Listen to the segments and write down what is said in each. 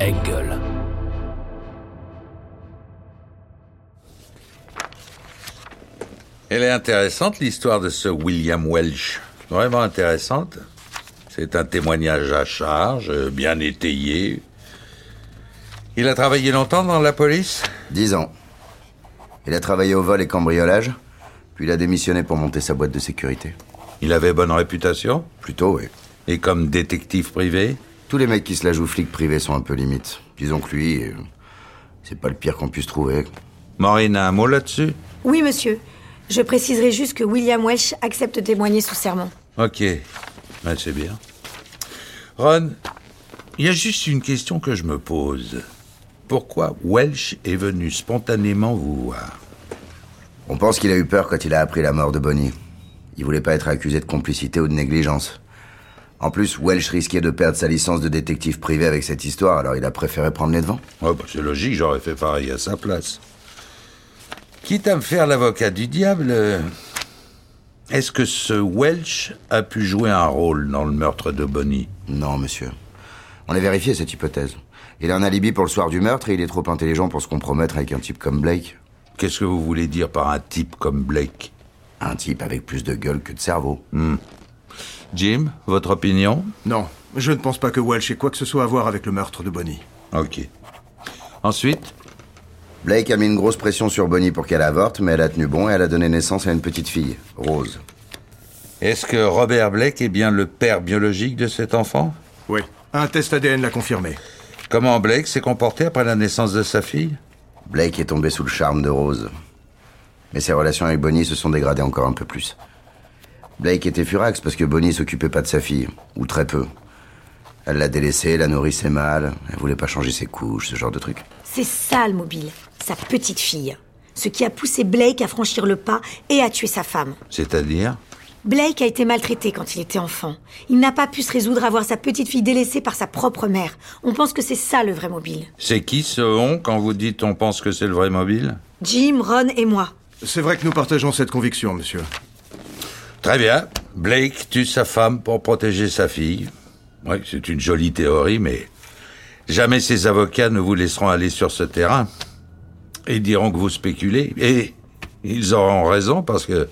Engel. Elle est intéressante, l'histoire de ce William Welch. Vraiment intéressante. C'est un témoignage à charge, euh, bien étayé. Il a travaillé longtemps dans la police Dix ans. Il a travaillé au vol et cambriolage, puis il a démissionné pour monter sa boîte de sécurité. Il avait bonne réputation Plutôt, oui. Et comme détective privé Tous les mecs qui se la jouent flic privé sont un peu limites. Disons que lui, euh, c'est pas le pire qu'on puisse trouver. Maureen a un mot là-dessus Oui, monsieur. Je préciserai juste que William Welch accepte de témoigner sous serment. Ok. Ouais, c'est bien. Ron, il y a juste une question que je me pose. Pourquoi Welsh est venu spontanément vous voir On pense qu'il a eu peur quand il a appris la mort de Bonnie. Il voulait pas être accusé de complicité ou de négligence. En plus, Welsh risquait de perdre sa licence de détective privé avec cette histoire, alors il a préféré prendre les devants. Ouais, bah, c'est logique, j'aurais fait pareil à sa place. Quitte à me faire l'avocat du diable, euh, est-ce que ce Welsh a pu jouer un rôle dans le meurtre de Bonnie Non, monsieur. On a vérifié cette hypothèse. Il a un alibi pour le soir du meurtre et il est trop intelligent pour se compromettre avec un type comme Blake. Qu'est-ce que vous voulez dire par un type comme Blake Un type avec plus de gueule que de cerveau. Jim, votre opinion Non, je ne pense pas que Welsh ait quoi que ce soit à voir avec le meurtre de Bonnie. Ok. Ensuite Blake a mis une grosse pression sur Bonnie pour qu'elle avorte, mais elle a tenu bon et elle a donné naissance à une petite fille, Rose. Est-ce que Robert Blake est bien le père biologique de cet enfant Oui. Un test ADN l'a confirmé. Comment Blake s'est comporté après la naissance de sa fille Blake est tombé sous le charme de Rose. Mais ses relations avec Bonnie se sont dégradées encore un peu plus. Blake était furax parce que Bonnie s'occupait pas de sa fille, ou très peu. Elle l'a délaissée, la nourrissait mal, elle voulait pas changer ses couches, ce genre de truc. C'est ça le mobile, sa petite fille. Ce qui a poussé Blake à franchir le pas et à tuer sa femme. C'est-à-dire Blake a été maltraité quand il était enfant. Il n'a pas pu se résoudre à voir sa petite fille délaissée par sa propre mère. On pense que c'est ça le vrai mobile. C'est qui ce on quand vous dites on pense que c'est le vrai mobile Jim, Ron et moi. C'est vrai que nous partageons cette conviction, monsieur. Très bien. Blake tue sa femme pour protéger sa fille. Oui, c'est une jolie théorie, mais jamais ses avocats ne vous laisseront aller sur ce terrain. Ils diront que vous spéculez. Et ils auront raison parce que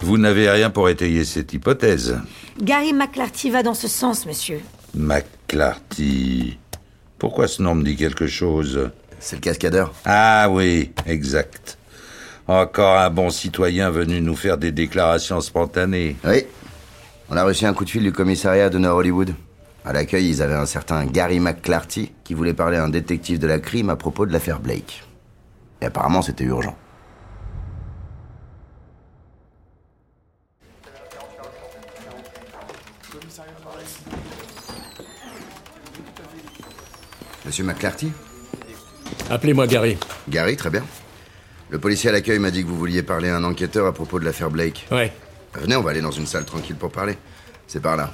vous n'avez rien pour étayer cette hypothèse. Gary McClarty va dans ce sens, monsieur. McClarty. Pourquoi ce nom me dit quelque chose C'est le cascadeur. Ah oui, exact. Encore un bon citoyen venu nous faire des déclarations spontanées. Oui. On a reçu un coup de fil du commissariat de Nord Hollywood. À l'accueil, ils avaient un certain Gary McClarty qui voulait parler à un détective de la crime à propos de l'affaire Blake. Et apparemment, c'était urgent. Monsieur McClarty Appelez-moi Gary. Gary, très bien. Le policier à l'accueil m'a dit que vous vouliez parler à un enquêteur à propos de l'affaire Blake. Ouais. Venez, on va aller dans une salle tranquille pour parler. C'est par là.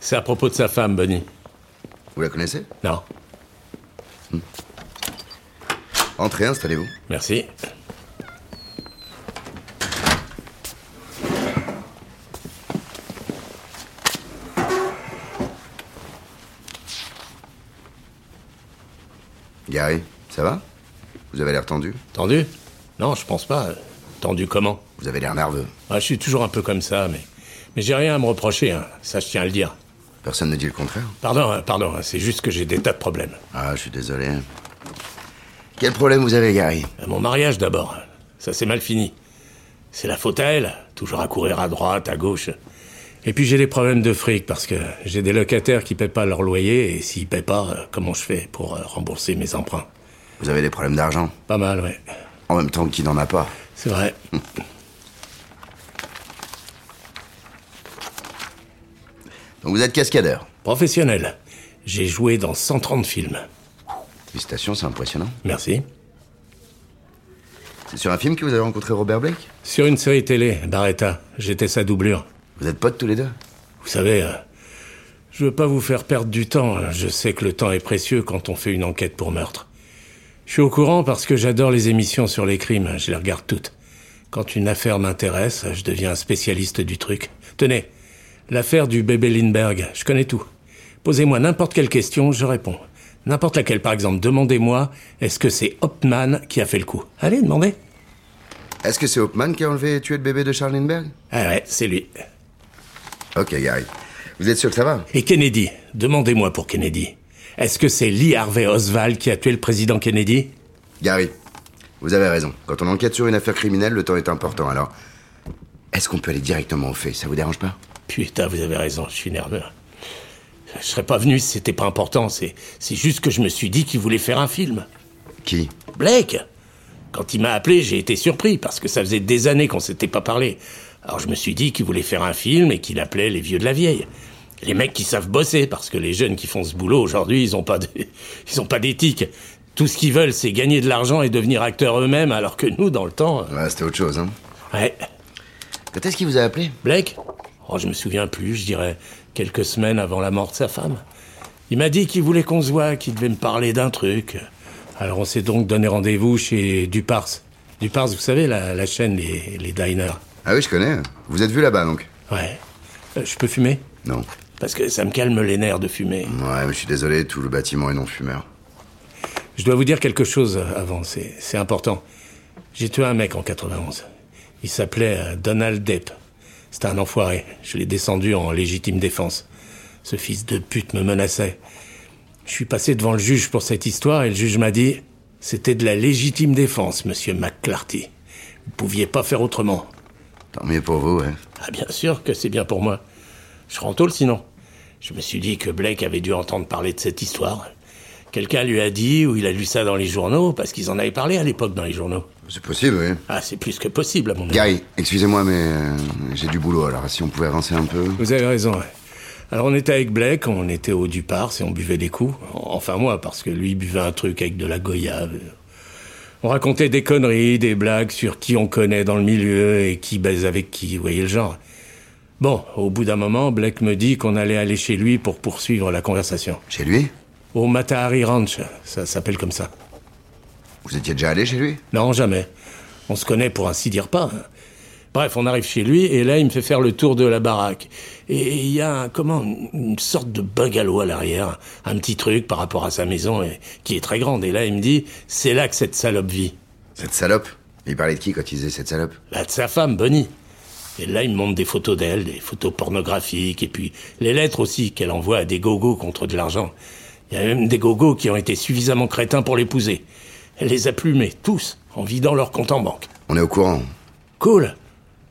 C'est à propos de sa femme, Bonnie. Vous la connaissez Non. Entrez, installez-vous. Merci. Gary, ça va Vous avez l'air tendu Tendu Non, je pense pas. Tendu comment Vous avez l'air nerveux. Ah, Je suis toujours un peu comme ça, mais. Mais j'ai rien à me reprocher, hein. ça je tiens à le dire. Personne ne dit le contraire. Pardon, hein, pardon, hein, c'est juste que j'ai des tas de problèmes. Ah, je suis désolé. Quel problème vous avez, Gary À Mon mariage d'abord, ça s'est mal fini. C'est la faute à elle, toujours à courir à droite, à gauche. Et puis j'ai des problèmes de fric parce que j'ai des locataires qui paient pas leur loyer et s'ils paient pas, euh, comment je fais pour euh, rembourser mes emprunts Vous avez des problèmes d'argent. Pas mal, ouais. En même temps, qui n'en a pas C'est vrai. Donc vous êtes cascadeur. Professionnel. J'ai joué dans 130 films. Félicitations, c'est impressionnant. Merci. C'est sur un film que vous avez rencontré Robert Blake Sur une série télé, Barretta, j'étais sa doublure. Vous êtes potes tous les deux Vous savez, euh, je veux pas vous faire perdre du temps. hein. Je sais que le temps est précieux quand on fait une enquête pour meurtre. Je suis au courant parce que j'adore les émissions sur les crimes. hein. Je les regarde toutes. Quand une affaire m'intéresse, je deviens un spécialiste du truc. Tenez, l'affaire du bébé Lindbergh, je connais tout. Posez-moi n'importe quelle question, je réponds. N'importe laquelle, par exemple, demandez-moi, est-ce que c'est Hopman qui a fait le coup Allez, demandez. Est-ce que c'est Hopman qui a enlevé et tué le bébé de Charles Lindbergh Ah ouais, c'est lui. Ok, Gary. Vous êtes sûr que ça va Et Kennedy, demandez-moi pour Kennedy. Est-ce que c'est Lee Harvey Oswald qui a tué le président Kennedy Gary, vous avez raison. Quand on enquête sur une affaire criminelle, le temps est important. Alors, est-ce qu'on peut aller directement au fait Ça vous dérange pas Putain, vous avez raison, je suis nerveux. Je serais pas venu si c'était pas important, c'est c'est juste que je me suis dit qu'il voulait faire un film. Qui Blake Quand il m'a appelé, j'ai été surpris, parce que ça faisait des années qu'on s'était pas parlé. Alors je me suis dit qu'il voulait faire un film et qu'il appelait les vieux de la vieille. Les mecs qui savent bosser, parce que les jeunes qui font ce boulot aujourd'hui, ils ont pas de, ils ont pas d'éthique. Tout ce qu'ils veulent, c'est gagner de l'argent et devenir acteurs eux-mêmes, alors que nous, dans le temps... euh, Ouais, c'était autre chose, hein. Ouais. Quand est-ce qu'il vous a appelé Blake Oh, je me souviens plus, je dirais quelques semaines avant la mort de sa femme. Il m'a dit qu'il voulait qu'on se voit, qu'il devait me parler d'un truc. Alors on s'est donc donné rendez-vous chez Dupars. Dupars, vous savez, la, la chaîne Les, les Diners. Ah oui, je connais. Vous êtes vu là-bas, donc Ouais. Euh, je peux fumer Non. Parce que ça me calme les nerfs de fumer. Ouais, mais je suis désolé, tout le bâtiment est non-fumeur. Je dois vous dire quelque chose avant, c'est c'est important. J'ai tué un mec en 91. Il s'appelait euh, Donald Depp. C'était un enfoiré. Je l'ai descendu en légitime défense. Ce fils de pute me menaçait. Je suis passé devant le juge pour cette histoire et le juge m'a dit C'était de la légitime défense, monsieur McClarty. Vous pouviez pas faire autrement. Tant mieux pour vous, ouais. Ah, bien sûr que c'est bien pour moi. Je rends tôle sinon. Je me suis dit que Blake avait dû entendre parler de cette histoire. Quelqu'un lui a dit ou il a lu ça dans les journaux parce qu'ils en avaient parlé à l'époque dans les journaux. C'est possible, oui. Ah, c'est plus que possible à mon avis. Gary, excusez-moi, mais euh, j'ai du boulot, alors si on pouvait avancer un peu. Vous avez raison. ouais. Alors on était avec Blake, on était au Dupars et on buvait des coups. Enfin moi, parce que lui buvait un truc avec de la goyave. On racontait des conneries, des blagues sur qui on connaît dans le milieu et qui baise avec qui, vous voyez le genre. Bon, au bout d'un moment, Blake me dit qu'on allait aller chez lui pour poursuivre la conversation. Chez lui Au Matahari Ranch, ça s'appelle comme ça. Vous étiez déjà allé chez lui Non, jamais. On se connaît pour ainsi dire pas. Bref, on arrive chez lui et là, il me fait faire le tour de la baraque. Et il y a un- comment une sorte de bungalow à l'arrière, un petit truc par rapport à sa maison et, qui est très grande. Et là, il me dit, c'est là que cette salope vit. Cette salope Il parlait de qui quand il disait cette salope Là, de sa femme, Bonnie. Et là, il me montre des photos d'elle, des photos pornographiques, et puis les lettres aussi qu'elle envoie à des gogos contre de l'argent. Il y a même des gogos qui ont été suffisamment crétins pour l'épouser. Elle les a plumés, tous, en vidant leur compte en banque. On est au courant. Cool.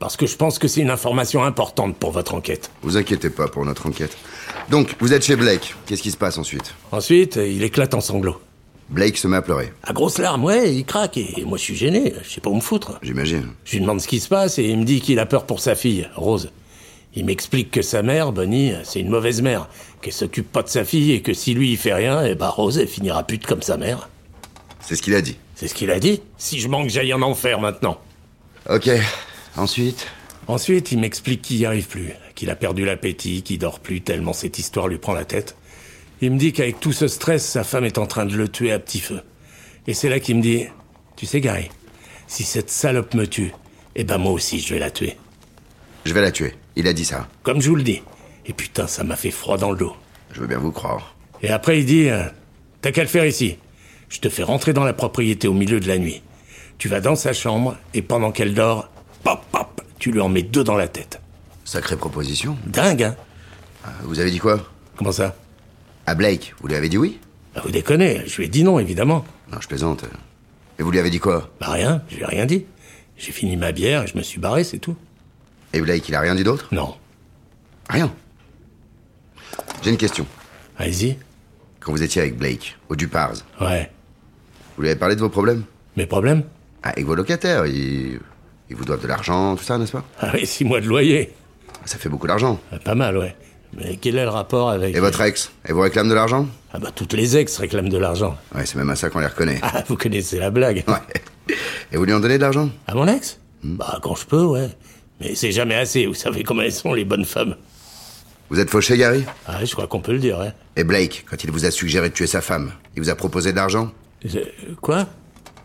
Parce que je pense que c'est une information importante pour votre enquête. Vous inquiétez pas pour notre enquête. Donc, vous êtes chez Blake. Qu'est-ce qui se passe ensuite Ensuite, euh, il éclate en sanglots. Blake se met à pleurer, À grosses larmes, ouais, il craque, et moi je suis gêné, je sais pas où me foutre. j'imagine. Je lui demande ce qui se passe, et il me dit qu'il a peur pour sa fille, Rose. Il m'explique que sa mère, Bonnie, c'est une mauvaise mère, qu'elle s'occupe pas de sa fille, et que si lui il fait rien, eh bah Rose, elle finira pute comme sa mère. C'est ce qu'il a dit. C'est ce qu'il a dit Si je manque, j'aille en enfer maintenant. Ok. Ensuite Ensuite, il m'explique qu'il n'y arrive plus, qu'il a perdu l'appétit, qu'il dort plus tellement cette histoire lui prend la tête. Il me dit qu'avec tout ce stress, sa femme est en train de le tuer à petit feu. Et c'est là qu'il me dit Tu sais, Gary, si cette salope me tue, eh ben moi aussi je vais la tuer. Je vais la tuer. Il a dit ça. Comme je vous le dis. Et putain, ça m'a fait froid dans le dos. Je veux bien vous croire. Et après, il dit euh, T'as qu'à le faire ici. Je te fais rentrer dans la propriété au milieu de la nuit. Tu vas dans sa chambre, et pendant qu'elle dort, pop, pop, tu lui en mets deux dans la tête. Sacrée proposition. Bah, Dingue, hein Vous avez dit quoi Comment ça À Blake, vous lui avez dit oui Bah, vous déconnez, je lui ai dit non, évidemment. Non, je plaisante. Et vous lui avez dit quoi Bah rien, je lui ai rien dit. J'ai fini ma bière et je me suis barré, c'est tout. Et Blake, il a rien dit d'autre Non. Rien. J'ai une question. Allez-y. Quand vous étiez avec Blake, au Dupars, Ouais. vous lui avez parlé de vos problèmes Mes problèmes Ah, et vos locataires, ils... ils vous doivent de l'argent, tout ça, n'est-ce pas Ah oui, six mois de loyer. Ça fait beaucoup d'argent. Ah, Pas mal, ouais. Mais quel est le rapport avec... Et votre ex Elle vous réclame de l'argent Ah bah toutes les ex réclament de l'argent. Ouais, c'est même à ça qu'on les reconnaît. Ah, vous connaissez la blague. Ouais. Hmm. Et vous lui en donnez de l'argent À mon ex Bah quand je peux, ouais. Mais c'est jamais assez, vous savez comment elles sont les bonnes femmes. Vous êtes fauché, Gary Ah, je crois qu'on peut le dire, ouais. Et Blake, quand il vous a suggéré de tuer sa femme, il vous a proposé de l'argent Je- Quoi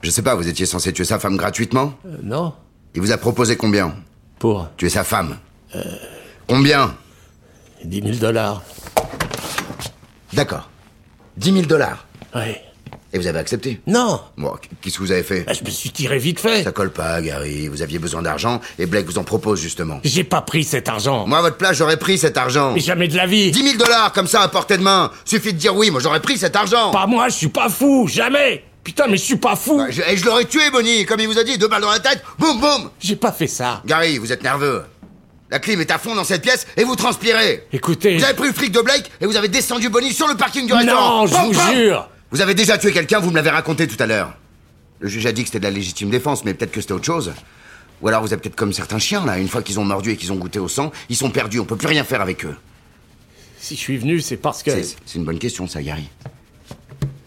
Je sais pas, vous étiez censé tuer sa femme gratuitement Euh, Non Il vous a proposé combien Pour Tuer sa femme Euh. Combien 10 000 dollars. D'accord. 10 000 dollars. Ouais. Et vous avez accepté Non Bon, qu'est-ce que vous avez fait Bah, Je me suis tiré vite fait. Ça colle pas, Gary. Vous aviez besoin d'argent et Blake vous en propose justement. J'ai pas pris cet argent. Moi, à votre place, j'aurais pris cet argent. Mais jamais de la vie. 10 000 dollars comme ça à portée de main. Suffit de dire oui, moi j'aurais pris cet argent. Pas moi, je suis pas fou, jamais. Putain, mais je suis pas fou. Bah, je- et je l'aurais tué, Bonnie, comme il vous a dit, deux balles dans la tête, boum boum J'ai pas fait ça. Gary, vous êtes nerveux. La clim est à fond dans cette pièce et vous transpirez. Écoutez, Vous avez pris le flic de Blake et vous avez descendu Bonnie sur le parking du restaurant. non, je Pam, vous pam. jure. Vous avez déjà tué quelqu'un, vous me l'avez raconté tout à l'heure. Le juge a dit que c'était de la légitime défense, mais peut-être que c'était autre chose. Ou alors vous êtes peut-être comme certains chiens, là. Une fois qu'ils ont mordu et qu'ils ont goûté au sang, ils sont perdus, on peut plus rien faire avec eux. Si je suis venu, c'est parce que. C'est c'est une bonne question, ça, Gary.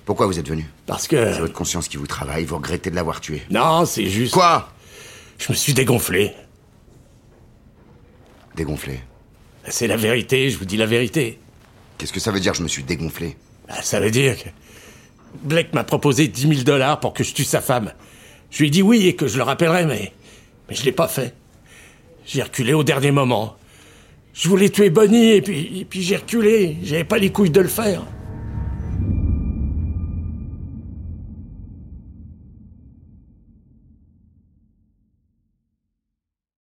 Pourquoi vous êtes venu Parce que. C'est votre conscience qui vous travaille, vous regrettez de l'avoir tué. Non, c'est juste. Quoi Je me suis dégonflé. Dégonflé. C'est la vérité, je vous dis la vérité. Qu'est-ce que ça veut dire, je me suis dégonflé Bah, Ça veut dire que. Blake m'a proposé 10 000 dollars pour que je tue sa femme. Je lui ai dit oui et que je le rappellerai, mais. Mais je l'ai pas fait. J'ai reculé au dernier moment. Je voulais tuer Bonnie et puis, et puis j'ai reculé. J'avais pas les couilles de le faire.